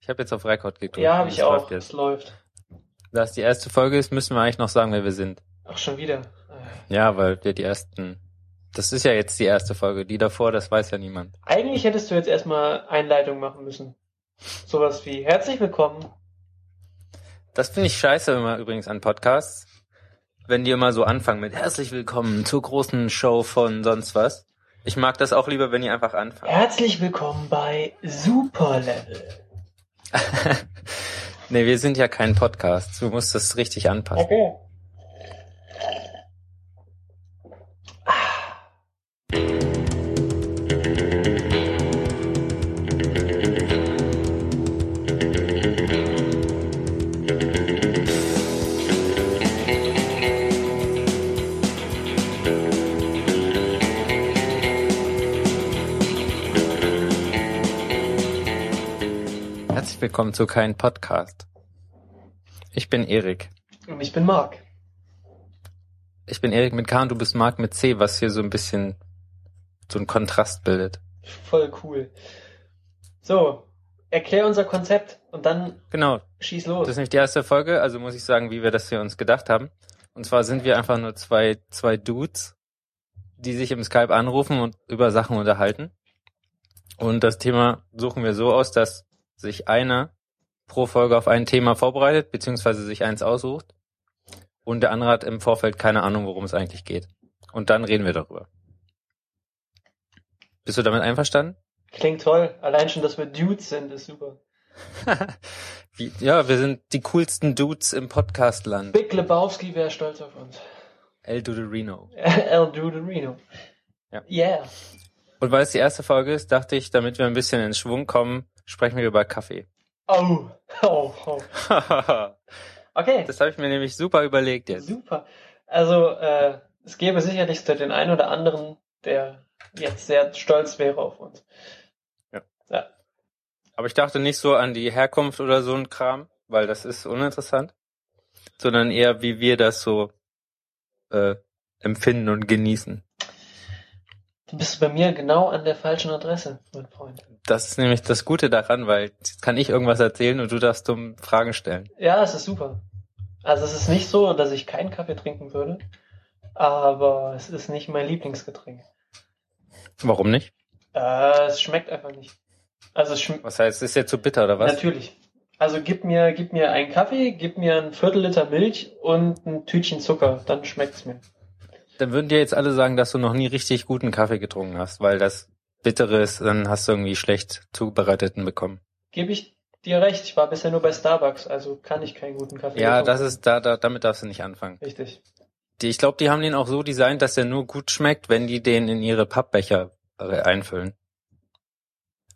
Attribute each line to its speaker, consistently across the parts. Speaker 1: Ich habe jetzt auf Rekord geklickt.
Speaker 2: Ja, habe
Speaker 1: Das
Speaker 2: ich auch.
Speaker 1: läuft jetzt.
Speaker 2: Es läuft.
Speaker 1: Da es die erste Folge ist, müssen wir eigentlich noch sagen, wer wir sind.
Speaker 2: Ach, schon wieder. Äh,
Speaker 1: Ja, weil wir die ersten. Das ist ja jetzt die erste Folge. Die davor, das weiß ja niemand.
Speaker 2: Eigentlich hättest du jetzt erstmal Einleitung machen müssen. Sowas wie herzlich willkommen.
Speaker 1: Das finde ich scheiße immer übrigens an Podcasts. Wenn die immer so anfangen mit herzlich willkommen zur großen Show von sonst was. Ich mag das auch lieber, wenn die einfach anfangen.
Speaker 2: Herzlich willkommen bei Superlevel.
Speaker 1: nee, wir sind ja kein Podcast. Du musst das richtig anpassen.
Speaker 2: Okay.
Speaker 1: Herzlich willkommen zu kein Podcast. Ich bin Erik.
Speaker 2: Und ich bin Marc.
Speaker 1: Ich bin Erik mit K und du bist Marc mit C, was hier so ein bisschen so einen Kontrast bildet.
Speaker 2: Voll cool. So, erklär unser Konzept und dann
Speaker 1: Genau,
Speaker 2: schieß
Speaker 1: das
Speaker 2: los.
Speaker 1: ist nicht die erste Folge, also muss ich sagen, wie wir das hier uns gedacht haben. Und zwar sind wir einfach nur zwei, zwei Dudes, die sich im Skype anrufen und über Sachen unterhalten. Und das Thema suchen wir so aus, dass sich einer pro Folge auf ein Thema vorbereitet, beziehungsweise sich eins aussucht. Und der andere hat im Vorfeld keine Ahnung, worum es eigentlich geht. Und dann reden wir darüber. Bist du damit einverstanden?
Speaker 2: Klingt toll. Allein schon, dass wir Dudes sind, ist super.
Speaker 1: Wie, ja, wir sind die coolsten Dudes im Podcastland.
Speaker 2: Big Lebowski wäre stolz auf uns.
Speaker 1: El Duderino.
Speaker 2: El Duderino.
Speaker 1: Ja.
Speaker 2: Yeah.
Speaker 1: Und weil es die erste Folge ist, dachte ich, damit wir ein bisschen in Schwung kommen, sprechen wir über Kaffee.
Speaker 2: Oh. Oh, oh.
Speaker 1: das
Speaker 2: Okay.
Speaker 1: habe ich mir nämlich super überlegt jetzt.
Speaker 2: Super. Also, äh, es gäbe sicherlich den einen oder anderen, der jetzt sehr stolz wäre auf uns.
Speaker 1: Aber ich dachte nicht so an die Herkunft oder so ein Kram, weil das ist uninteressant, sondern eher, wie wir das so äh, empfinden und genießen.
Speaker 2: Du bist bei mir genau an der falschen Adresse, mein Freund.
Speaker 1: Das ist nämlich das Gute daran, weil jetzt kann ich irgendwas erzählen und du darfst dumm Fragen stellen.
Speaker 2: Ja, es ist super. Also, es ist nicht so, dass ich keinen Kaffee trinken würde, aber es ist nicht mein Lieblingsgetränk.
Speaker 1: Warum nicht?
Speaker 2: Äh, es schmeckt einfach nicht. Also, es schmeckt.
Speaker 1: Was heißt, ist jetzt zu bitter oder was?
Speaker 2: Natürlich. Also, gib mir, gib mir einen Kaffee, gib mir ein Viertel Liter Milch und ein Tütchen Zucker, dann schmeckt es mir.
Speaker 1: Dann würden dir jetzt alle sagen, dass du noch nie richtig guten Kaffee getrunken hast, weil das Bittere ist, dann hast du irgendwie schlecht zubereiteten bekommen.
Speaker 2: gebe ich dir recht. Ich war bisher nur bei Starbucks, also kann ich keinen guten Kaffee.
Speaker 1: Ja,
Speaker 2: bekommen.
Speaker 1: das ist, da, da, damit darfst du nicht anfangen.
Speaker 2: richtig.
Speaker 1: Die, ich glaube, die haben den auch so designt, dass er nur gut schmeckt, wenn die den in ihre Pappbecher äh, einfüllen.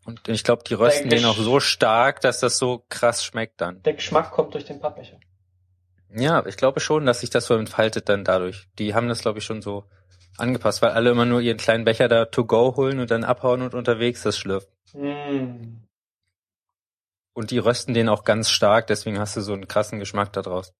Speaker 1: Und ich glaube, die rösten
Speaker 2: Der
Speaker 1: den auch so stark, dass das so krass schmeckt dann.
Speaker 2: Der Geschmack kommt durch den Pappbecher.
Speaker 1: Ja, ich glaube schon, dass sich das so entfaltet dann dadurch. Die haben das, glaube ich, schon so angepasst, weil alle immer nur ihren kleinen Becher da to go holen und dann abhauen und unterwegs das schlürfen.
Speaker 2: Mm.
Speaker 1: Und die rösten den auch ganz stark, deswegen hast du so einen krassen Geschmack da draus.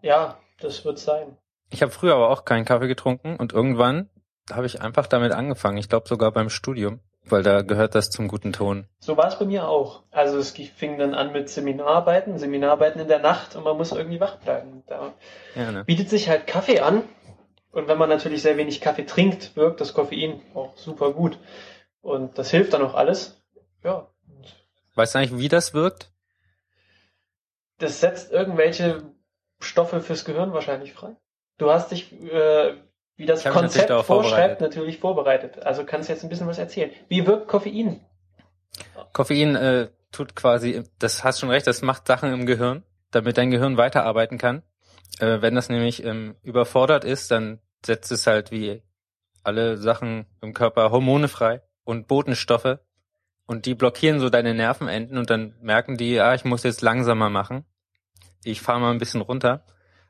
Speaker 2: Ja, das wird sein.
Speaker 1: Ich habe früher aber auch keinen Kaffee getrunken und irgendwann habe ich einfach damit angefangen. Ich glaube sogar beim Studium, weil da gehört das zum guten Ton.
Speaker 2: So war es bei mir auch. Also es ging- fing dann an mit Seminararbeiten, Seminararbeiten in der Nacht und man muss irgendwie wach bleiben. Da
Speaker 1: Ja, ne?
Speaker 2: bietet sich halt Kaffee an. Und wenn man natürlich sehr wenig Kaffee trinkt, wirkt das Koffein auch super gut. Und das hilft dann auch alles. Ja. Und
Speaker 1: Weißt du eigentlich, wie das wirkt?
Speaker 2: das setzt irgendwelche Stoffe fürs Gehirn wahrscheinlich frei. Du hast dich, äh, wie das
Speaker 1: Ich hab mich natürlich
Speaker 2: Konzept
Speaker 1: darauf
Speaker 2: vorschreibt,
Speaker 1: vorbereitet.
Speaker 2: natürlich vorbereitet. Also kannst jetzt ein bisschen was erzählen. Wie wirkt Koffein?
Speaker 1: Koffein äh, tut quasi, das hast schon recht, das macht Sachen im Gehirn, damit dein Gehirn weiterarbeiten kann. Äh, wenn das nämlich ähm, überfordert ist, dann setzt es halt wie alle Sachen im Körper Hormone frei und Botenstoffe und die blockieren so deine Nervenenden und dann merken die, ah, ich muss jetzt langsamer machen. Ich fahre mal ein bisschen runter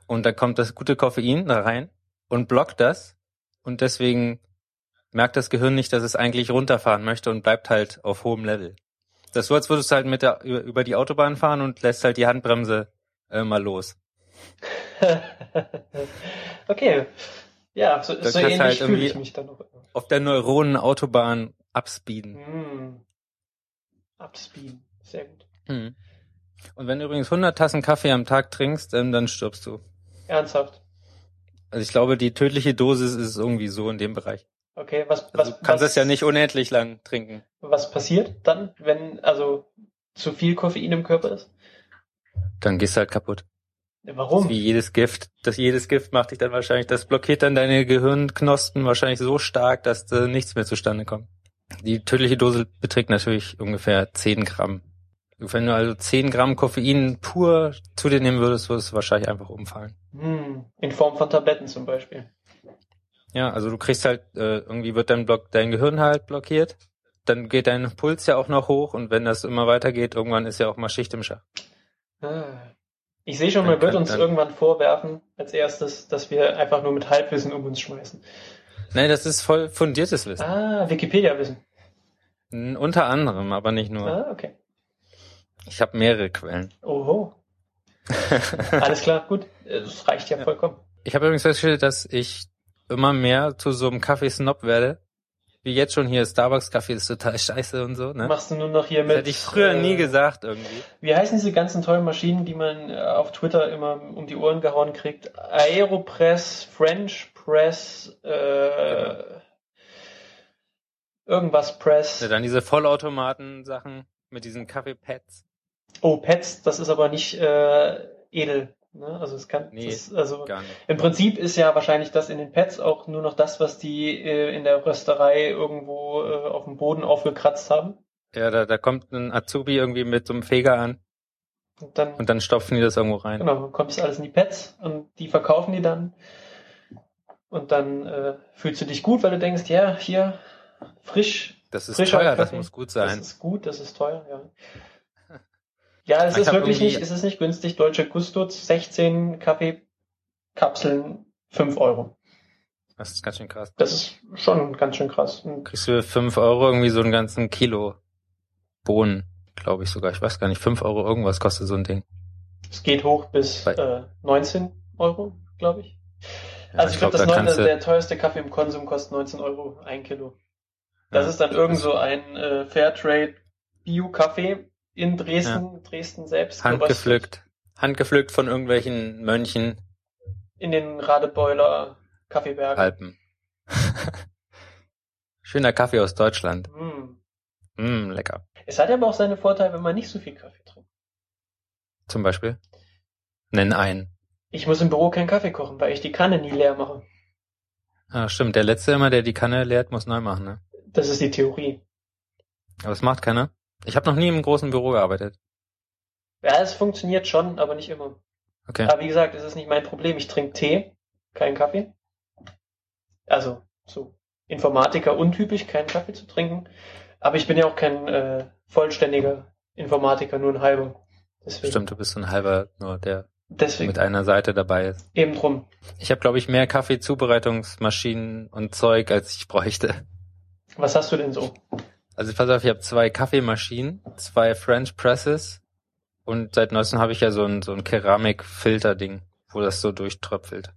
Speaker 1: und dann kommt das gute Koffein da rein und blockt das und deswegen merkt das Gehirn nicht, dass es eigentlich runterfahren möchte und bleibt halt auf hohem Level. Das ist so, als würdest du halt mit der, über, über die Autobahn fahren und lässt halt die Handbremse äh, mal los.
Speaker 2: okay. Ja, so,
Speaker 1: Das
Speaker 2: so
Speaker 1: kannst
Speaker 2: ähnlich
Speaker 1: halt
Speaker 2: fühle
Speaker 1: irgendwie-
Speaker 2: ich mich dann auch immer.
Speaker 1: Auf der Neuronenautobahn abspeeden.
Speaker 2: Mm. Upspeed. Sehr gut.
Speaker 1: Mhm. Und wenn du übrigens 100 Tassen Kaffee am Tag trinkst, ähm, dann stirbst du.
Speaker 2: Ernsthaft.
Speaker 1: Also ich glaube, die tödliche Dosis ist irgendwie so in dem Bereich.
Speaker 2: Okay, was, was,
Speaker 1: Also du kannst
Speaker 2: was,
Speaker 1: es ja nicht unendlich lang trinken.
Speaker 2: was passiert dann, wenn also zu viel Koffein im Körper ist?
Speaker 1: Dann gehst du halt kaputt. Das
Speaker 2: Warum?
Speaker 1: ist wie jedes Gift. Das jedes Gift macht dich dann wahrscheinlich, das blockiert dann deine Gehirnknospen wahrscheinlich so stark, dass äh, nichts mehr zustande kommt. Die tödliche Dose beträgt natürlich ungefähr 10 Gramm. Wenn du also 10 Gramm Koffein pur zu dir nehmen würdest, würdest du wahrscheinlich einfach umfallen.
Speaker 2: Hm, in Form von Tabletten zum Beispiel.
Speaker 1: Ja, also du kriegst halt, äh, irgendwie wird dein Block, dein Gehirn halt blockiert. Dann geht dein Puls ja auch noch hoch und wenn das immer weitergeht, irgendwann ist ja auch mal Schicht im Schacht.
Speaker 2: Ah. Ich sehe schon,
Speaker 1: Dann
Speaker 2: man wird
Speaker 1: kann-
Speaker 2: uns
Speaker 1: dann- irgendwann
Speaker 2: irgendwann vorwerfen, als erstes, dass wir einfach nur mit Halbwissen um uns schmeißen.
Speaker 1: Nein, das ist voll fundiertes Wissen.
Speaker 2: Ah, Wikipedia-Wissen.
Speaker 1: N- Unter anderem, aber nicht nur.
Speaker 2: Ah, okay.
Speaker 1: Ich habe mehrere Quellen.
Speaker 2: Oho. Alles klar, gut. Das reicht ja,
Speaker 1: Ja.
Speaker 2: vollkommen.
Speaker 1: Ich habe übrigens festgestellt, dass ich immer mehr zu so einem Kaffeesnob werde. Wie jetzt schon hier, Starbucks-Kaffee ist total scheiße und so, ne?
Speaker 2: Machst du nur noch hier
Speaker 1: Das
Speaker 2: mit.
Speaker 1: hätte ich früher
Speaker 2: äh,
Speaker 1: nie gesagt irgendwie.
Speaker 2: Wie heißen diese ganzen tollen Maschinen, die man äh, auf Twitter immer um die Ohren gehauen kriegt? Aeropress, French Press, äh, irgendwas Press.
Speaker 1: Genau. Ja, dann diese Vollautomaten-Sachen mit diesen Kaffeepads.
Speaker 2: Oh, Pets, das ist aber nicht äh, edel. Ne? Also es kann,
Speaker 1: Nee,
Speaker 2: das ist, also
Speaker 1: Gar nicht.
Speaker 2: im Prinzip ist ja wahrscheinlich das in den Pets auch nur noch das, was die äh, in der Rösterei irgendwo äh, auf dem Boden aufgekratzt haben.
Speaker 1: Ja, da, da kommt ein Azubi irgendwie mit so einem Feger an
Speaker 2: Und dann
Speaker 1: und dann stopfen die das irgendwo rein.
Speaker 2: Genau, dann kommt das alles in die Pets und die verkaufen die dann. Und dann äh, fühlst du dich gut, weil du denkst, ja, hier, frisch,
Speaker 1: Das ist
Speaker 2: Frischer
Speaker 1: teuer, das
Speaker 2: Kaffee.
Speaker 1: muss gut
Speaker 2: das
Speaker 1: sein.
Speaker 2: ist gut, das ist teuer, ja. Ja, es
Speaker 1: Ich
Speaker 2: ist
Speaker 1: hab
Speaker 2: wirklich
Speaker 1: irgendwie-
Speaker 2: nicht, es ist nicht günstig. Deutsche Gustus, 16 Kaffeekapseln, 5 Euro.
Speaker 1: Das ist ganz schön krass.
Speaker 2: Das ist schon ganz schön krass. Und
Speaker 1: Kriegst du für 5 Euro irgendwie so einen ganzen Kilo Bohnen, glaube ich sogar. Ich weiß gar nicht, 5 Euro irgendwas kostet so ein Ding.
Speaker 2: es geht hoch bis
Speaker 1: Bei-
Speaker 2: äh, 19 Euro, glaube ich.
Speaker 1: Ja,
Speaker 2: also ich, glaube,
Speaker 1: glaub,
Speaker 2: das neun-
Speaker 1: kannst du-
Speaker 2: der teuerste Kaffee im Konsum kostet 19 Euro, ein Kilo. Das
Speaker 1: Ja,
Speaker 2: ist dann irgend so ein äh, Fairtrade Bio-Kaffee in Dresden, Dresden selbst geröstet,
Speaker 1: Handgepflückt. Handgepflückt von irgendwelchen Mönchen,
Speaker 2: in den Radebeuler Kaffeebergen.
Speaker 1: Alpen. Schöner Kaffee aus Deutschland.
Speaker 2: Hm.
Speaker 1: Mm, lecker.
Speaker 2: Es hat aber auch seine Vorteile, wenn man nicht so viel Kaffee trinkt.
Speaker 1: Zum Beispiel. Nenn einen.
Speaker 2: Ich muss im Büro keinen Kaffee kochen, weil ich die Kanne nie leer mache.
Speaker 1: Ah, stimmt. Der letzte immer, der die Kanne leert, muss neu machen, ne?
Speaker 2: Das ist die Theorie.
Speaker 1: Aber es macht keiner. Ich habe noch nie im großen Büro gearbeitet.
Speaker 2: Ja, es funktioniert schon, aber nicht immer.
Speaker 1: Okay.
Speaker 2: Aber wie gesagt, es ist nicht mein Problem. Ich trinke Tee, keinen Kaffee. Also, so Informatiker untypisch, keinen Kaffee zu trinken. Aber ich bin ja auch kein äh, vollständiger Informatiker, nur ein halber. Deswegen,
Speaker 1: Stimmt, du bist so ein halber nur, der
Speaker 2: deswegen
Speaker 1: mit einer Seite dabei ist.
Speaker 2: eben drum.
Speaker 1: Ich habe, glaube ich, mehr Kaffeezubereitungsmaschinen und Zeug, als ich bräuchte.
Speaker 2: Was hast du denn so?
Speaker 1: Also pass auf, ich habe zwei Kaffeemaschinen, zwei French Presses und seit neuestem habe ich ja so ein, so ein Keramikfilter-Ding, wo das so durchtröpfelt.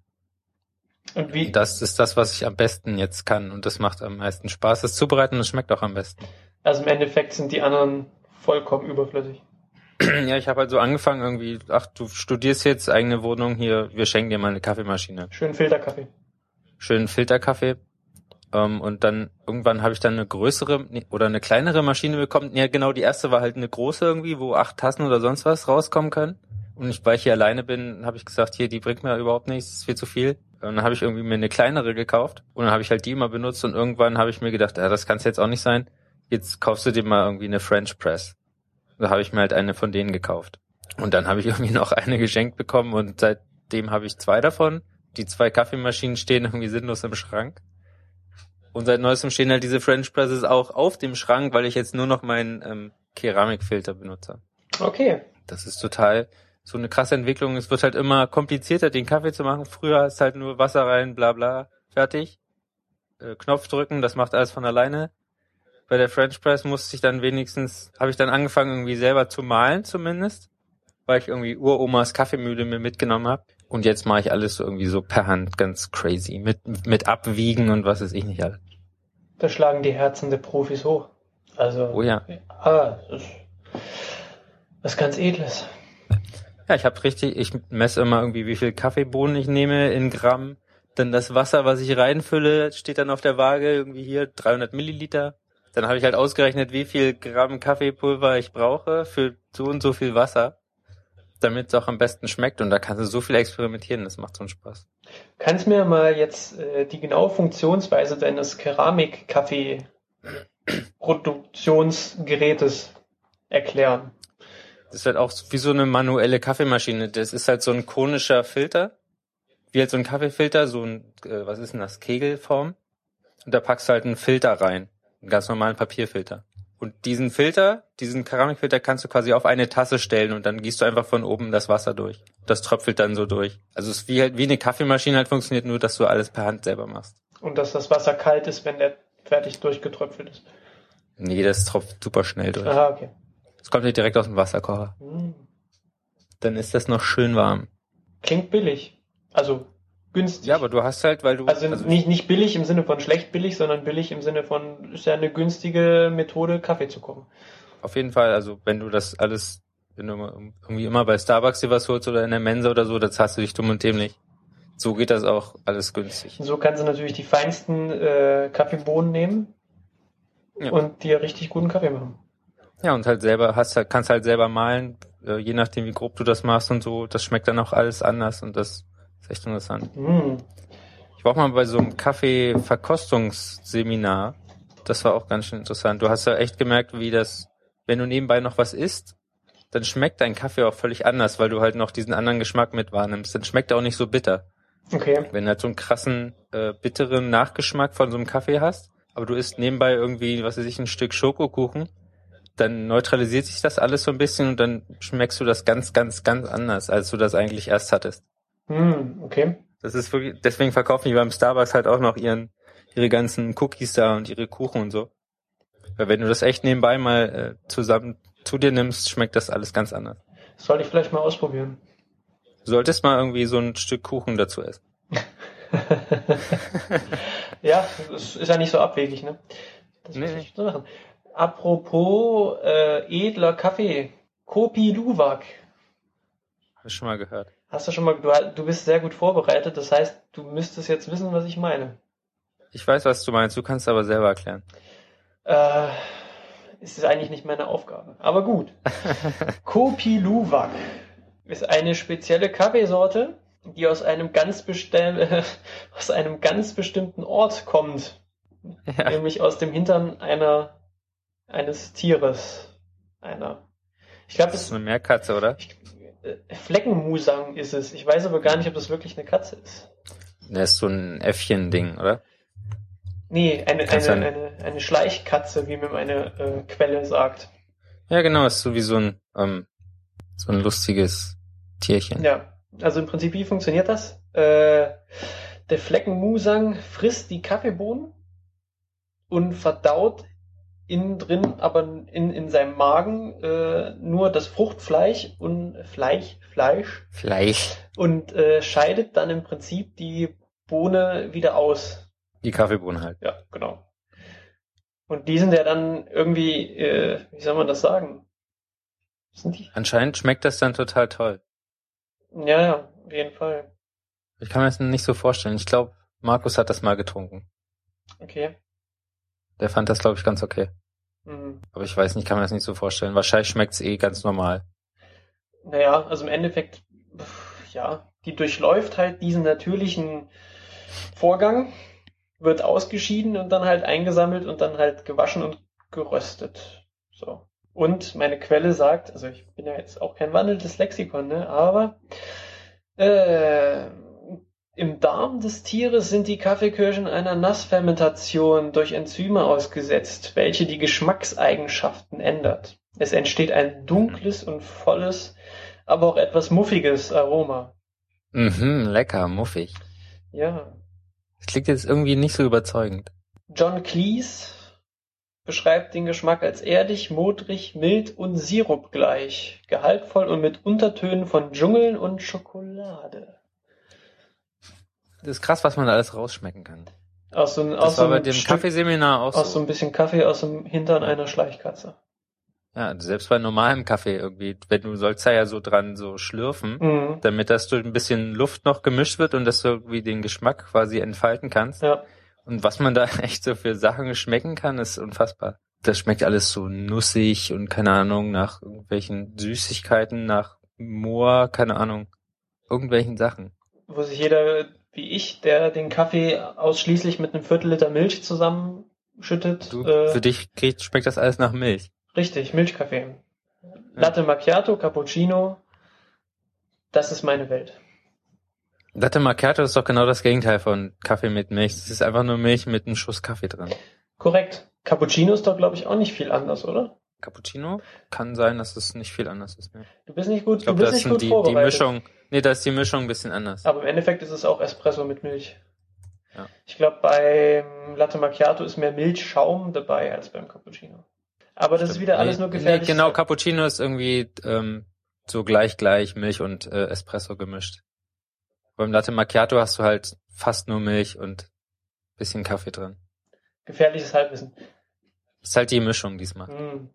Speaker 2: Und wie?
Speaker 1: Das ist das, was ich am besten jetzt kann und das macht am meisten Spaß. Das Zubereiten, das schmeckt auch am besten.
Speaker 2: Also im Endeffekt sind die anderen vollkommen überflüssig.
Speaker 1: ja, ich habe halt so angefangen irgendwie, ach, du studierst jetzt eigene Wohnung hier, wir schenken dir mal eine Kaffeemaschine.
Speaker 2: Schön Filterkaffee.
Speaker 1: schönen Filterkaffee. Ähm, und dann irgendwann habe ich dann eine größere nee, oder eine kleinere Maschine bekommen. Ja, genau, die erste war halt eine große irgendwie, wo acht Tassen oder sonst was rauskommen können. Und ich, weil ich hier alleine bin, habe ich gesagt, hier, die bringt mir überhaupt nichts, ist viel zu viel. Und dann habe ich irgendwie mir eine kleinere gekauft und dann habe ich halt die immer benutzt und irgendwann habe ich mir gedacht, ja, das kann es jetzt auch nicht sein. Jetzt kaufst du dir mal irgendwie eine French Press. Da habe ich mir halt eine von denen gekauft. Und dann habe ich irgendwie noch eine geschenkt bekommen und seitdem habe ich zwei davon die zwei Kaffeemaschinen stehen irgendwie sinnlos im Schrank. Und seit neuestem stehen halt diese French Presses auch auf dem Schrank, weil ich jetzt nur noch meinen ähm, Keramikfilter benutze.
Speaker 2: Okay.
Speaker 1: Das ist total so eine krasse Entwicklung. Es wird halt immer komplizierter, den Kaffee zu machen. Früher hast halt nur Wasser rein, bla bla, fertig. Äh, Knopf drücken, das macht alles von alleine. Bei der French Press musste ich dann wenigstens, habe ich dann angefangen irgendwie selber zu malen zumindest, weil ich irgendwie Uromas Kaffeemühle mir mitgenommen habe. Und jetzt mache ich alles so irgendwie so per Hand, ganz crazy, mit mit Abwiegen und was weiß ich nicht alles.
Speaker 2: Da schlagen die Herzen der Profis hoch. Also,
Speaker 1: Oh ja.
Speaker 2: ah, das ist Was ganz Edles.
Speaker 1: Ja, ich habe richtig, ich messe immer irgendwie, wie viel Kaffeebohnen ich nehme in Gramm. Dann das Wasser, was ich reinfülle, steht dann auf der Waage irgendwie hier 300 Milliliter. Dann habe ich halt ausgerechnet, wie viel Gramm Kaffeepulver ich brauche für so und so viel Wasser, damit es auch am besten schmeckt. Und da kannst du so viel experimentieren, das macht so einen Spaß.
Speaker 2: Kannst mir mal jetzt äh, die genaue Funktionsweise deines Keramik-Kaffee-Produktionsgerätes erklären?
Speaker 1: Das ist halt auch wie so eine manuelle Kaffeemaschine. Das ist halt so ein konischer Filter. Wie halt so ein Kaffeefilter, so ein, äh, was ist denn das, Kegelform. Und da packst du halt einen Filter rein. Einen ganz normalen Papierfilter. Und diesen Filter, diesen Keramikfilter kannst du quasi auf eine Tasse stellen und dann gießt du einfach von oben das Wasser durch. Das tröpfelt dann so durch. Also es ist wie halt, wie eine Kaffeemaschine halt funktioniert, nur dass du alles per Hand selber machst.
Speaker 2: Und dass das Wasser kalt ist, wenn der fertig durchgetröpfelt ist.
Speaker 1: Nee, das tropft super schnell durch.
Speaker 2: Aha, okay.
Speaker 1: Es kommt nicht direkt aus dem Wasserkocher.
Speaker 2: Hm.
Speaker 1: Dann ist das noch schön warm.
Speaker 2: Klingt billig. Also günstig.
Speaker 1: Ja, aber du hast halt, weil du.
Speaker 2: also, nicht, nicht billig im Sinne von schlecht billig, sondern billig im Sinne von ist ja eine günstige Methode, Kaffee zu kochen.
Speaker 1: Auf jeden Fall, also wenn du das alles, wenn du immer- irgendwie immer bei Starbucks dir was holst oder in der Mensa oder so, das hast du dich dumm und dämlich. So geht das auch alles günstig.
Speaker 2: So kannst du natürlich die feinsten äh, Kaffeebohnen nehmen
Speaker 1: Ja.
Speaker 2: und dir richtig guten Kaffee machen.
Speaker 1: Ja, und halt selber hast halt, kannst halt selber malen, äh, je nachdem wie grob du das machst und so, das schmeckt dann auch alles anders und das ist echt interessant.
Speaker 2: Hm.
Speaker 1: Ich war auch mal bei so einem Kaffee-Verkostungsseminar. Das war auch ganz schön interessant. Du hast ja echt gemerkt, wie das, wenn du nebenbei noch was isst, dann schmeckt dein Kaffee auch völlig anders, weil du halt noch diesen anderen Geschmack mit wahrnimmst. Dann schmeckt er auch nicht so bitter.
Speaker 2: Okay.
Speaker 1: Wenn du halt so einen krassen, äh, bitteren Nachgeschmack von so einem Kaffee hast, aber du isst nebenbei irgendwie, was weiß ich, ein Stück Schokokuchen, dann neutralisiert sich das alles so ein bisschen und dann schmeckst du das ganz, ganz, ganz anders, als du das eigentlich erst hattest.
Speaker 2: Hm, okay.
Speaker 1: Das ist wirklich, deswegen verkaufen die beim Starbucks halt auch noch ihren, ihre ganzen Cookies da und ihre Kuchen und so. Weil wenn du das echt nebenbei mal äh, zusammen zu dir nimmst, schmeckt das alles ganz anders.
Speaker 2: Sollte ich vielleicht mal ausprobieren.
Speaker 1: Du solltest mal irgendwie so ein Stück Kuchen dazu essen.
Speaker 2: Ja, das ist ja nicht so abwegig, ne? Das
Speaker 1: Nee,
Speaker 2: muss
Speaker 1: nee.
Speaker 2: ich so machen. Apropos äh, edler Kaffee. Kopi Luwak.
Speaker 1: Hab ich schon mal gehört.
Speaker 2: Hast du schon mal, du, du bist sehr gut vorbereitet, das heißt, du müsstest jetzt wissen, was ich meine.
Speaker 1: Ich weiß, was du meinst, du kannst aber selber erklären.
Speaker 2: Äh, es ist eigentlich nicht meine Aufgabe, aber gut. Kopi Luwak ist eine spezielle Kaffeesorte, die aus einem ganz, bestell aus einem ganz bestimmten Ort kommt.
Speaker 1: Ja.
Speaker 2: nämlich aus dem Hintern einer eines Tieres. Einer. Ich glaube,
Speaker 1: Das ist
Speaker 2: es
Speaker 1: eine Meerkatze, oder?
Speaker 2: ich, äh, Fleckenmusang ist es. Ich weiß aber gar nicht, ob das wirklich eine Katze ist.
Speaker 1: Das ist so ein Äffchen-Ding, oder?
Speaker 2: Nee, eine,
Speaker 1: Kann
Speaker 2: eine,
Speaker 1: sein.
Speaker 2: eine, eine Schleichkatze, wie mir meine äh, Quelle sagt.
Speaker 1: Ja, genau, ist so wie so ein, ähm, so ein lustiges Tierchen.
Speaker 2: Ja, also im Prinzip, wie funktioniert das? Äh, der Fleckenmusang frisst die Kaffeebohnen und verdaut innen drin, aber in, in seinem Magen äh, nur das Fruchtfleisch und Fleisch, Fleisch
Speaker 1: Fleisch.
Speaker 2: und äh, scheidet dann im Prinzip die Bohne wieder aus.
Speaker 1: Die Kaffeebohnen halt.
Speaker 2: Ja, genau. Und die sind ja dann irgendwie, äh, wie soll man das sagen? Sind die?
Speaker 1: Anscheinend schmeckt das dann total toll.
Speaker 2: Ja, ja, auf jeden Fall.
Speaker 1: Ich kann mir das nicht so vorstellen. Ich glaube, Markus hat das mal getrunken.
Speaker 2: Okay.
Speaker 1: Der fand das, glaube ich, ganz okay.
Speaker 2: Mhm.
Speaker 1: Aber ich weiß nicht, kann mir das nicht so vorstellen. Wahrscheinlich schmeckt's eh ganz normal.
Speaker 2: Naja, also im Endeffekt, pf, ja, die durchläuft halt diesen natürlichen Vorgang, wird ausgeschieden und dann halt eingesammelt und dann halt gewaschen und geröstet. So. Und meine Quelle sagt, also ich bin ja jetzt auch kein wandelndes Lexikon, ne, aber äh, im Darm des Tieres sind die Kaffeekirschen einer Nassfermentation durch Enzyme ausgesetzt, welche die Geschmackseigenschaften ändert. Es entsteht ein dunkles und volles, aber auch etwas muffiges Aroma.
Speaker 1: Mhm, lecker, muffig.
Speaker 2: Ja.
Speaker 1: Das klingt jetzt irgendwie nicht so überzeugend.
Speaker 2: John Cleese beschreibt den Geschmack als erdig, modrig, mild und sirupgleich, gehaltvoll und mit Untertönen von Dschungeln und Schokolade.
Speaker 1: Das ist krass, was man da alles rausschmecken kann.
Speaker 2: Aus so, ein-
Speaker 1: Das
Speaker 2: aus so
Speaker 1: war bei
Speaker 2: einem
Speaker 1: dem
Speaker 2: Stück-
Speaker 1: Kaffeeseminar auch
Speaker 2: aus
Speaker 1: so.
Speaker 2: so ein bisschen Kaffee aus dem Hintern einer Schleichkatze.
Speaker 1: Ja, selbst bei normalem Kaffee irgendwie, wenn du sollst da ja so dran so schlürfen,
Speaker 2: Mhm.
Speaker 1: damit dass du ein bisschen Luft noch gemischt wird und dass du irgendwie den Geschmack quasi entfalten kannst.
Speaker 2: Ja.
Speaker 1: Und was man da echt so für Sachen schmecken kann, ist unfassbar. Das schmeckt alles so nussig und keine Ahnung, nach irgendwelchen Süßigkeiten, nach Moor, keine Ahnung, irgendwelchen Sachen.
Speaker 2: Wo sich jeder, wie ich, der den Kaffee ausschließlich mit einem Viertel Liter Milch zusammenschüttet.
Speaker 1: Du,
Speaker 2: äh,
Speaker 1: für dich geht, schmeckt das alles nach Milch.
Speaker 2: Richtig, Milchkaffee. Latte Macchiato, Cappuccino. Das ist meine Welt.
Speaker 1: Latte Macchiato ist doch genau das Gegenteil von Kaffee mit Milch. Es ist einfach nur Milch mit einem Schuss Kaffee drin.
Speaker 2: Korrekt. Cappuccino ist doch, glaube ich, auch nicht viel anders, oder?
Speaker 1: Cappuccino kann sein, dass es nicht viel anders ist. Ne?
Speaker 2: Du bist nicht gut,
Speaker 1: Ich glaube,
Speaker 2: du bist
Speaker 1: das
Speaker 2: nicht
Speaker 1: sind
Speaker 2: gut
Speaker 1: die, die
Speaker 2: vorbereitet.
Speaker 1: Mischung. Nee, da ist die Mischung ein bisschen anders.
Speaker 2: Aber im Endeffekt ist es auch Espresso mit Milch.
Speaker 1: Ja.
Speaker 2: Ich glaube, beim Latte Macchiato ist mehr Milchschaum dabei als beim Cappuccino. Aber das ist wieder alles nur gefährlich.
Speaker 1: Nee, genau, Cappuccino ist irgendwie ähm, so gleich gleich Milch und äh, Espresso gemischt. Beim Latte Macchiato hast du halt fast nur Milch und bisschen Kaffee drin.
Speaker 2: gefährliches Halbwissen.
Speaker 1: Ist halt die Mischung diesmal.
Speaker 2: Hm.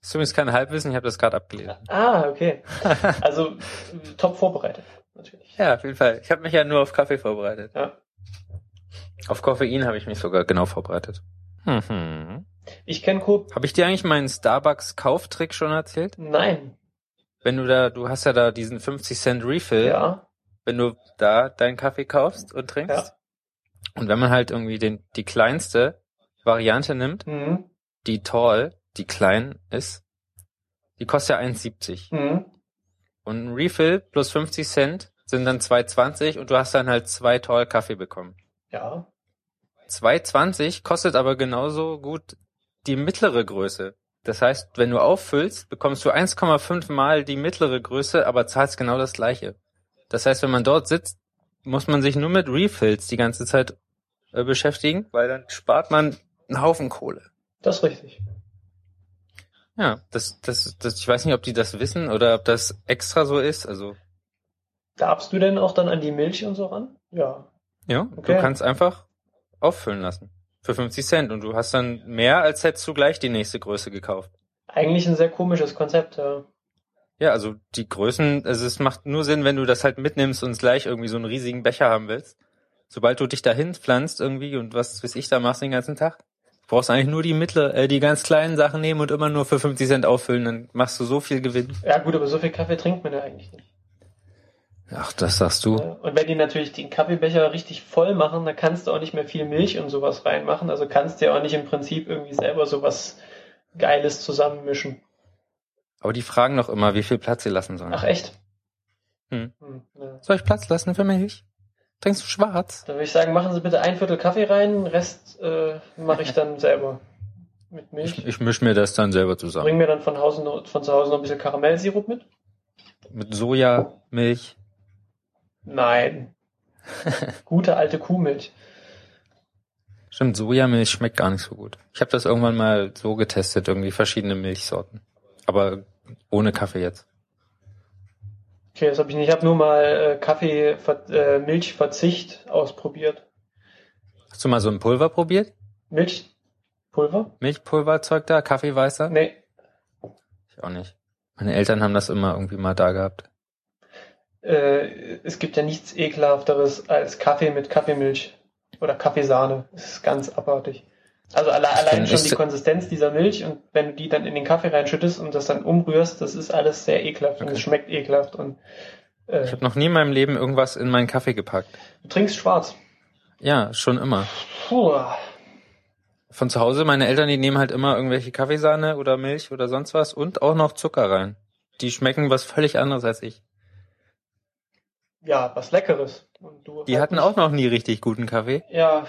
Speaker 1: Ist übrigens kein Halbwissen, ich habe das gerade abgelesen.
Speaker 2: Ah, okay. Also top vorbereitet, natürlich.
Speaker 1: Ja, auf jeden Fall. Ich habe mich ja nur auf Kaffee vorbereitet.
Speaker 2: Ja.
Speaker 1: Auf Koffein habe ich mich sogar genau vorbereitet. Mhm.
Speaker 2: Ich kenne Coop.
Speaker 1: Habe ich dir eigentlich meinen Starbucks-Kauftrick schon erzählt?
Speaker 2: Nein.
Speaker 1: Wenn du da, du hast ja da diesen 50 Cent Refill.
Speaker 2: Ja.
Speaker 1: wenn du da deinen Kaffee kaufst und trinkst. Und wenn man halt irgendwie den, die kleinste Variante nimmt,
Speaker 2: Mhm.
Speaker 1: die tall, die klein ist, die kostet ja 1,70.
Speaker 2: Mhm.
Speaker 1: Und ein Refill plus 50 Cent sind dann 2,20 und du hast dann halt zwei tall Kaffee bekommen.
Speaker 2: Ja.
Speaker 1: 2,20 kostet aber genauso gut die mittlere Größe. Das heißt, wenn du auffüllst, bekommst du 1,5 mal die mittlere Größe, aber zahlst genau das gleiche. Das heißt, wenn man dort sitzt, muss man sich nur mit Refills die ganze Zeit äh, beschäftigen, weil dann spart man einen Haufen Kohle.
Speaker 2: Das ist richtig.
Speaker 1: Ja, das, das, das, ich weiß nicht, ob die das wissen oder ob das extra so ist. Also,
Speaker 2: Darfst du denn auch dann an die Milch und so ran? Ja.
Speaker 1: ja,
Speaker 2: Okay.
Speaker 1: du kannst einfach auffüllen lassen. Für 50 Cent und du hast dann mehr, als hättest du gleich die nächste Größe gekauft.
Speaker 2: Eigentlich ein sehr komisches Konzept, ja.
Speaker 1: Ja, also die Größen, also es macht nur Sinn, wenn du das halt mitnimmst und gleich irgendwie so einen riesigen Becher haben willst. Sobald du dich dahin pflanzt irgendwie und was weiß ich da machst den ganzen Tag, brauchst eigentlich nur die mittlere, äh, die ganz kleinen Sachen nehmen und immer nur für 50 Cent auffüllen, dann machst du so viel Gewinn.
Speaker 2: Ja gut, aber so viel Kaffee trinkt man ja eigentlich nicht.
Speaker 1: Ach, das sagst
Speaker 2: Ja. Und wenn die natürlich den Kaffeebecher richtig voll machen, dann kannst du auch nicht mehr viel Milch und sowas reinmachen. Also kannst du ja auch nicht im Prinzip irgendwie selber sowas Geiles zusammenmischen.
Speaker 1: Aber die fragen noch immer, wie viel Platz sie lassen sollen.
Speaker 2: Ach echt?
Speaker 1: Hm.
Speaker 2: Hm, ja.
Speaker 1: Soll ich Platz lassen für Milch? Trinkst du schwarz?
Speaker 2: Dann würde ich sagen, machen Sie bitte ein Viertel Kaffee rein, den Rest äh, mache ich dann selber mit
Speaker 1: Ich,
Speaker 2: Milch.
Speaker 1: ich misch mir das dann selber zusammen.
Speaker 2: Bring mir dann von, Hause noch, von zu Hause noch ein bisschen Karamellsirup mit.
Speaker 1: Mit Soja, Milch.
Speaker 2: Nein. Gute alte Kuhmilch.
Speaker 1: Stimmt, Sojamilch schmeckt gar nicht so gut. Ich habe das irgendwann mal so getestet, irgendwie verschiedene Milchsorten. Aber ohne Kaffee jetzt.
Speaker 2: Okay, das habe ich nicht. Ich habe nur mal äh, Kaffee, Ver- äh, Milchverzicht ausprobiert.
Speaker 1: Hast du mal so ein Pulver probiert?
Speaker 2: Milchpulver?
Speaker 1: Milchpulverzeug da, Kaffeeweißer?
Speaker 2: Nee.
Speaker 1: Ich auch nicht. Meine Eltern haben das immer irgendwie mal da gehabt.
Speaker 2: Äh, es gibt ja nichts ekelhafteres als Kaffee mit Kaffeemilch oder Kaffeesahne. Das ist ganz abartig. Also alle, allein
Speaker 1: find
Speaker 2: schon
Speaker 1: echt-
Speaker 2: die Konsistenz dieser Milch und wenn du die dann in den Kaffee reinschüttest und das dann umrührst, das ist alles sehr ekelhaft und
Speaker 1: Okay.
Speaker 2: es schmeckt ekelhaft und äh,
Speaker 1: Ich habe noch nie in meinem Leben irgendwas in meinen Kaffee gepackt.
Speaker 2: du trinkst schwarz.
Speaker 1: Ja, schon immer.
Speaker 2: Puh.
Speaker 1: Von zu Hause, meine Eltern, die nehmen halt immer irgendwelche Kaffeesahne oder Milch oder sonst was und auch noch Zucker rein. Die schmecken was völlig anderes als ich.
Speaker 2: Ja, was Leckeres. Und du
Speaker 1: Die
Speaker 2: halt
Speaker 1: hatten
Speaker 2: nicht-
Speaker 1: auch noch nie richtig guten Kaffee.
Speaker 2: Ja,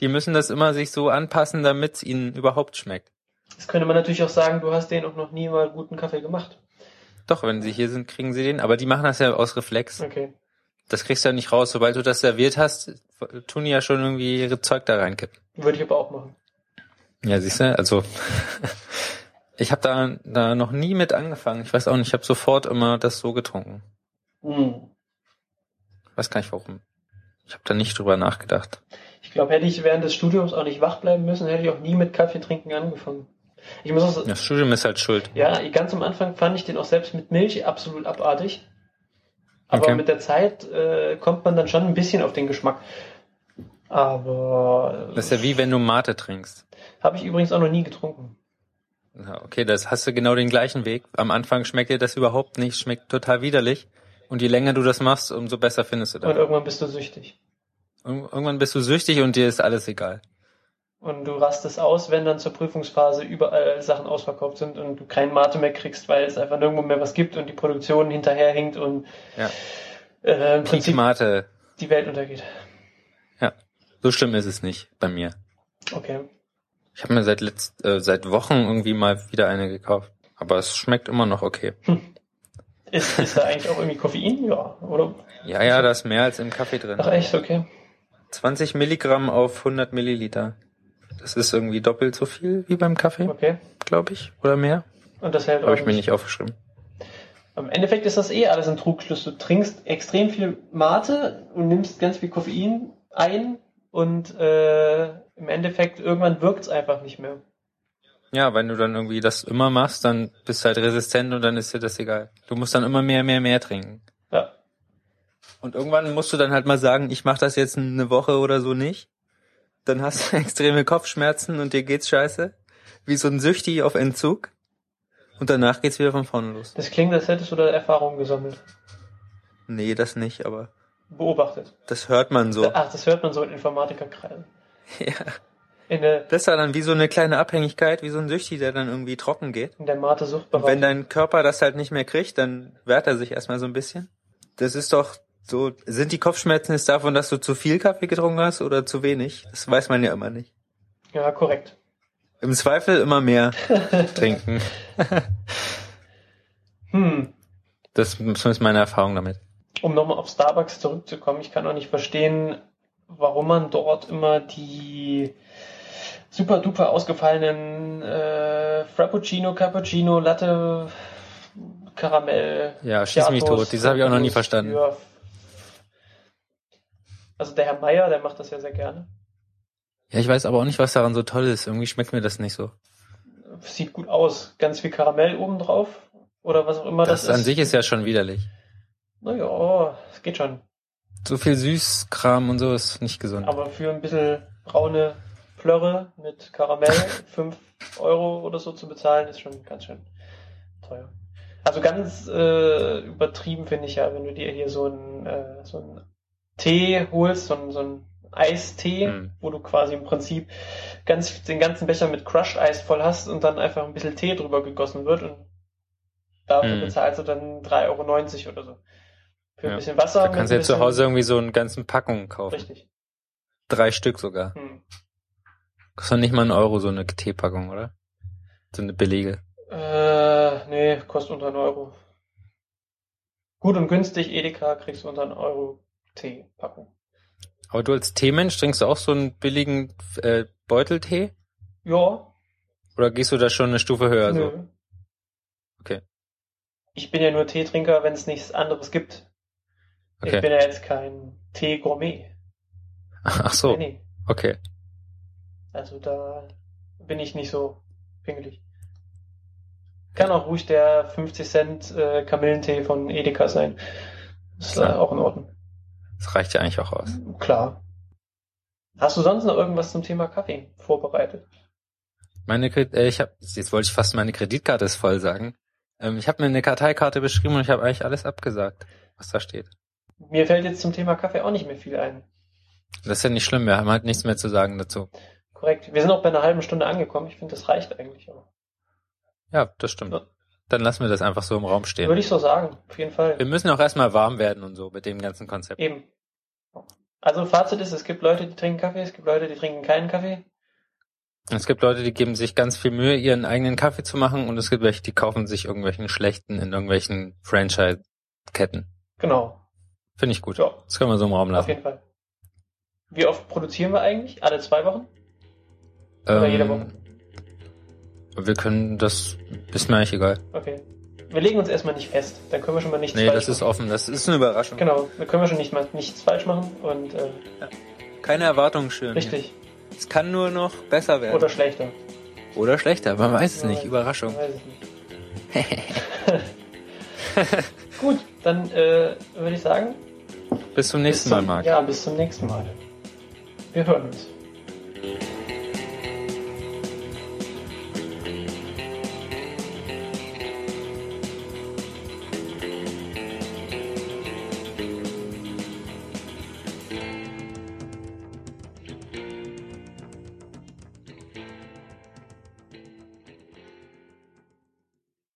Speaker 1: Die müssen das immer sich so anpassen, damit es ihnen überhaupt schmeckt.
Speaker 2: das könnte man natürlich auch sagen, du hast den auch noch nie mal guten Kaffee gemacht.
Speaker 1: Doch, wenn sie hier sind, kriegen sie den. Aber die machen das ja aus Reflex.
Speaker 2: Okay.
Speaker 1: Das kriegst du ja nicht raus. Sobald du das serviert hast, tun die ja schon irgendwie ihre Zeug da reinkippen.
Speaker 2: Würde ich aber auch machen.
Speaker 1: Ja, siehst du, also ich habe da, da noch nie mit angefangen. Ich weiß auch nicht, ich habe sofort immer das so getrunken.
Speaker 2: Hm.
Speaker 1: Weiß gar nicht warum. Ich habe da nicht drüber nachgedacht.
Speaker 2: Ich glaube, hätte ich während des Studiums auch nicht wach bleiben müssen, hätte ich auch nie mit Kaffee trinken angefangen. Ich muss auch,
Speaker 1: Das Studium ist halt schuld.
Speaker 2: ja, ganz am Anfang fand ich den auch selbst mit Milch absolut abartig. Aber
Speaker 1: Okay.
Speaker 2: mit der Zeit äh, kommt man dann schon ein bisschen auf den Geschmack. Aber
Speaker 1: Das ist ja wie wenn du Mate trinkst.
Speaker 2: habe ich übrigens auch noch nie getrunken.
Speaker 1: Ja, okay, das hast du genau den gleichen Weg. Am Anfang schmeckt dir das überhaupt nicht, schmeckt total widerlich. Und je länger du das machst, umso besser findest du
Speaker 2: Und
Speaker 1: das.
Speaker 2: irgendwann bist du süchtig.
Speaker 1: Ir- Irgendwann bist du süchtig und dir ist alles egal.
Speaker 2: Und du rastest aus, wenn dann zur Prüfungsphase überall Sachen ausverkauft sind und du keinen Mate mehr kriegst, weil es einfach nirgendwo mehr was gibt und die Produktion hinterherhinkt und
Speaker 1: Ja.
Speaker 2: äh, im
Speaker 1: Peak
Speaker 2: Prinzip
Speaker 1: Mate.
Speaker 2: die Welt untergeht.
Speaker 1: So schlimm ist es nicht bei mir.
Speaker 2: Okay.
Speaker 1: Ich habe mir seit letzt, äh, seit Wochen irgendwie mal wieder eine gekauft. Aber es schmeckt immer noch okay.
Speaker 2: Ist, ist da eigentlich auch irgendwie Koffein? Ja, oder?
Speaker 1: Ja, ja, da ist mehr als im Kaffee drin.
Speaker 2: Ach echt, okay.
Speaker 1: 20 Milligramm auf 100 Milliliter. Das ist irgendwie doppelt so viel wie beim Kaffee,
Speaker 2: Okay.
Speaker 1: glaube ich. Oder mehr.
Speaker 2: Und das hält
Speaker 1: Habe
Speaker 2: auch
Speaker 1: ich mir nicht aufgeschrieben.
Speaker 2: Im Endeffekt ist das eh alles ein Trugschluss. Du trinkst extrem viel Mate und nimmst ganz viel Koffein ein und äh, im Endeffekt irgendwann wirkt es einfach nicht mehr.
Speaker 1: Ja, wenn du dann irgendwie das immer machst, dann bist du halt resistent und dann ist dir das egal. Du musst dann immer mehr, mehr, mehr trinken.
Speaker 2: Ja.
Speaker 1: Und irgendwann musst du dann halt mal sagen, ich mach das jetzt eine Woche oder so nicht. Dann hast du extreme Kopfschmerzen und dir geht's scheiße. Wie so ein Süchti auf Entzug. Und danach geht's wieder von vorne los.
Speaker 2: Das klingt, als hättest du da Erfahrungen gesammelt.
Speaker 1: Nee, das nicht, aber
Speaker 2: Beobachtet.
Speaker 1: das hört man so.
Speaker 2: Ach, das hört man so in Informatikerkreisen.
Speaker 1: Ja.
Speaker 2: In der,
Speaker 1: Das war dann wie so eine kleine Abhängigkeit, wie so ein Süchti, der dann irgendwie trocken geht.
Speaker 2: in
Speaker 1: Und
Speaker 2: der
Speaker 1: wenn
Speaker 2: Mate-Suchtberatung.
Speaker 1: dein Körper das halt nicht mehr kriegt, dann wehrt er sich erstmal so ein bisschen. Das ist doch so, sind die Kopfschmerzen jetzt davon, dass du zu viel Kaffee getrunken hast oder zu wenig? Das weiß man ja immer nicht.
Speaker 2: Ja, korrekt.
Speaker 1: Im Zweifel immer mehr trinken.
Speaker 2: Hm.
Speaker 1: Das ist meine Erfahrung damit.
Speaker 2: um nochmal auf Starbucks zurückzukommen, ich kann auch nicht verstehen, warum man dort immer die super duper ausgefallenen äh, Frappuccino, Cappuccino, Latte, Karamell.
Speaker 1: Ja, schieß mich
Speaker 2: Giatos,
Speaker 1: tot. Dieses habe ich auch noch nie
Speaker 2: Lattes
Speaker 1: verstanden.
Speaker 2: für- Also der Herr Meier, der macht das ja sehr gerne.
Speaker 1: Ja, ich weiß aber auch nicht, was daran so toll ist. Irgendwie schmeckt mir das nicht so.
Speaker 2: Sieht gut aus. Ganz viel Karamell obendrauf oder was auch immer das,
Speaker 1: Das an sich ist ja schon widerlich.
Speaker 2: Naja, es geht schon.
Speaker 1: So viel Süßkram und so ist nicht gesund.
Speaker 2: Aber für ein bisschen braune Plörre mit Karamell 5 Euro oder so zu bezahlen, ist schon ganz schön teuer. Also ganz äh, übertrieben finde ich ja, wenn du dir hier so einen äh, so einen Tee holst, so einen, so einen Eistee,
Speaker 1: Hm.
Speaker 2: wo du quasi im Prinzip ganz den ganzen Becher mit Crushed Eis voll hast und dann einfach ein bisschen Tee drüber gegossen wird und dafür
Speaker 1: Hm.
Speaker 2: bezahlst du dann 3,90 Euro oder so. Für
Speaker 1: Ja.
Speaker 2: ein bisschen Wasser.
Speaker 1: Da
Speaker 2: mit
Speaker 1: kannst du
Speaker 2: ein
Speaker 1: ja zu
Speaker 2: bisschen-
Speaker 1: Hause irgendwie so einen ganzen Packung kaufen.
Speaker 2: Richtig.
Speaker 1: Drei Stück sogar.
Speaker 2: Hm.
Speaker 1: Kostet doch nicht mal einen Euro so eine Teepackung, oder? So eine billige.
Speaker 2: Äh, nee, kostet unter 1 Euro. Gut und günstig, Edeka kriegst du unter 1 Euro Tee-Packung.
Speaker 1: Aber du als Teemensch trinkst du auch so einen billigen äh, Beuteltee?
Speaker 2: Ja,
Speaker 1: Oder gehst du da schon eine Stufe höher? So?
Speaker 2: nö.
Speaker 1: Okay.
Speaker 2: Ich bin ja nur Teetrinker, wenn es nichts anderes gibt. Ich
Speaker 1: Okay.
Speaker 2: bin ja jetzt kein Tee-Gourmet.
Speaker 1: Ach so,
Speaker 2: Nee,
Speaker 1: okay.
Speaker 2: also da bin ich nicht so pingelig. Kann auch ruhig der 50 Cent äh, Kamillentee von Edeka sein. Ist äh,
Speaker 1: Klar.
Speaker 2: auch in Ordnung.
Speaker 1: Das reicht ja eigentlich auch aus.
Speaker 2: Klar. Hast du sonst noch irgendwas zum Thema Kaffee vorbereitet?
Speaker 1: Meine Kredit, äh, ich hab, jetzt wollte ich fast meine Kreditkarte ist voll sagen. Ähm, ich habe mir eine Karteikarte beschrieben und ich habe eigentlich alles abgesagt, was da steht.
Speaker 2: Mir fällt jetzt zum Thema Kaffee auch nicht mehr viel ein.
Speaker 1: Das ist ja nicht schlimm, wir haben halt nichts mehr zu sagen dazu.
Speaker 2: Korrekt. Wir sind auch bei einer halben Stunde angekommen. Ich finde, das reicht eigentlich auch.
Speaker 1: Ja, das stimmt.
Speaker 2: Ja.
Speaker 1: Dann lassen wir das einfach so im Raum stehen.
Speaker 2: Würde ich so sagen. Auf jeden Fall.
Speaker 1: Wir müssen auch erstmal warm werden und so mit dem ganzen Konzept.
Speaker 2: Eben. Also Fazit ist, es gibt Leute, die trinken Kaffee, es gibt Leute, die trinken keinen Kaffee.
Speaker 1: Es gibt Leute, die geben sich ganz viel Mühe, ihren eigenen Kaffee zu machen und es gibt welche, die kaufen sich irgendwelchen schlechten in irgendwelchen Franchise-Ketten.
Speaker 2: Genau.
Speaker 1: Finde ich gut.
Speaker 2: Ja,
Speaker 1: Das können wir so im Raum
Speaker 2: auf
Speaker 1: lassen.
Speaker 2: jeden Fall. Wie oft produzieren wir eigentlich? Alle zwei Wochen? Oder jede Woche?
Speaker 1: Ähm, Wir können das, ist mir eigentlich egal.
Speaker 2: Okay. Wir legen uns erstmal nicht fest. Dann können wir schon mal nichts
Speaker 1: Nee,
Speaker 2: falsch
Speaker 1: das ist
Speaker 2: machen.
Speaker 1: offen, das ist eine Überraschung.
Speaker 2: Genau, dann können wir schon nicht mal nichts falsch machen und äh,
Speaker 1: Keine Erwartungen schön.
Speaker 2: richtig
Speaker 1: Es kann nur noch besser werden.
Speaker 2: oder schlechter.
Speaker 1: Oder schlechter, man weiß es nicht.
Speaker 2: Ja,
Speaker 1: Überraschung.
Speaker 2: Weiß ich nicht. Gut, dann äh, würde ich sagen,
Speaker 1: Bis zum nächsten
Speaker 2: bis
Speaker 1: Mal,
Speaker 2: zum-
Speaker 1: Marc.
Speaker 2: Ja, bis zum nächsten Mal. Wir hören uns.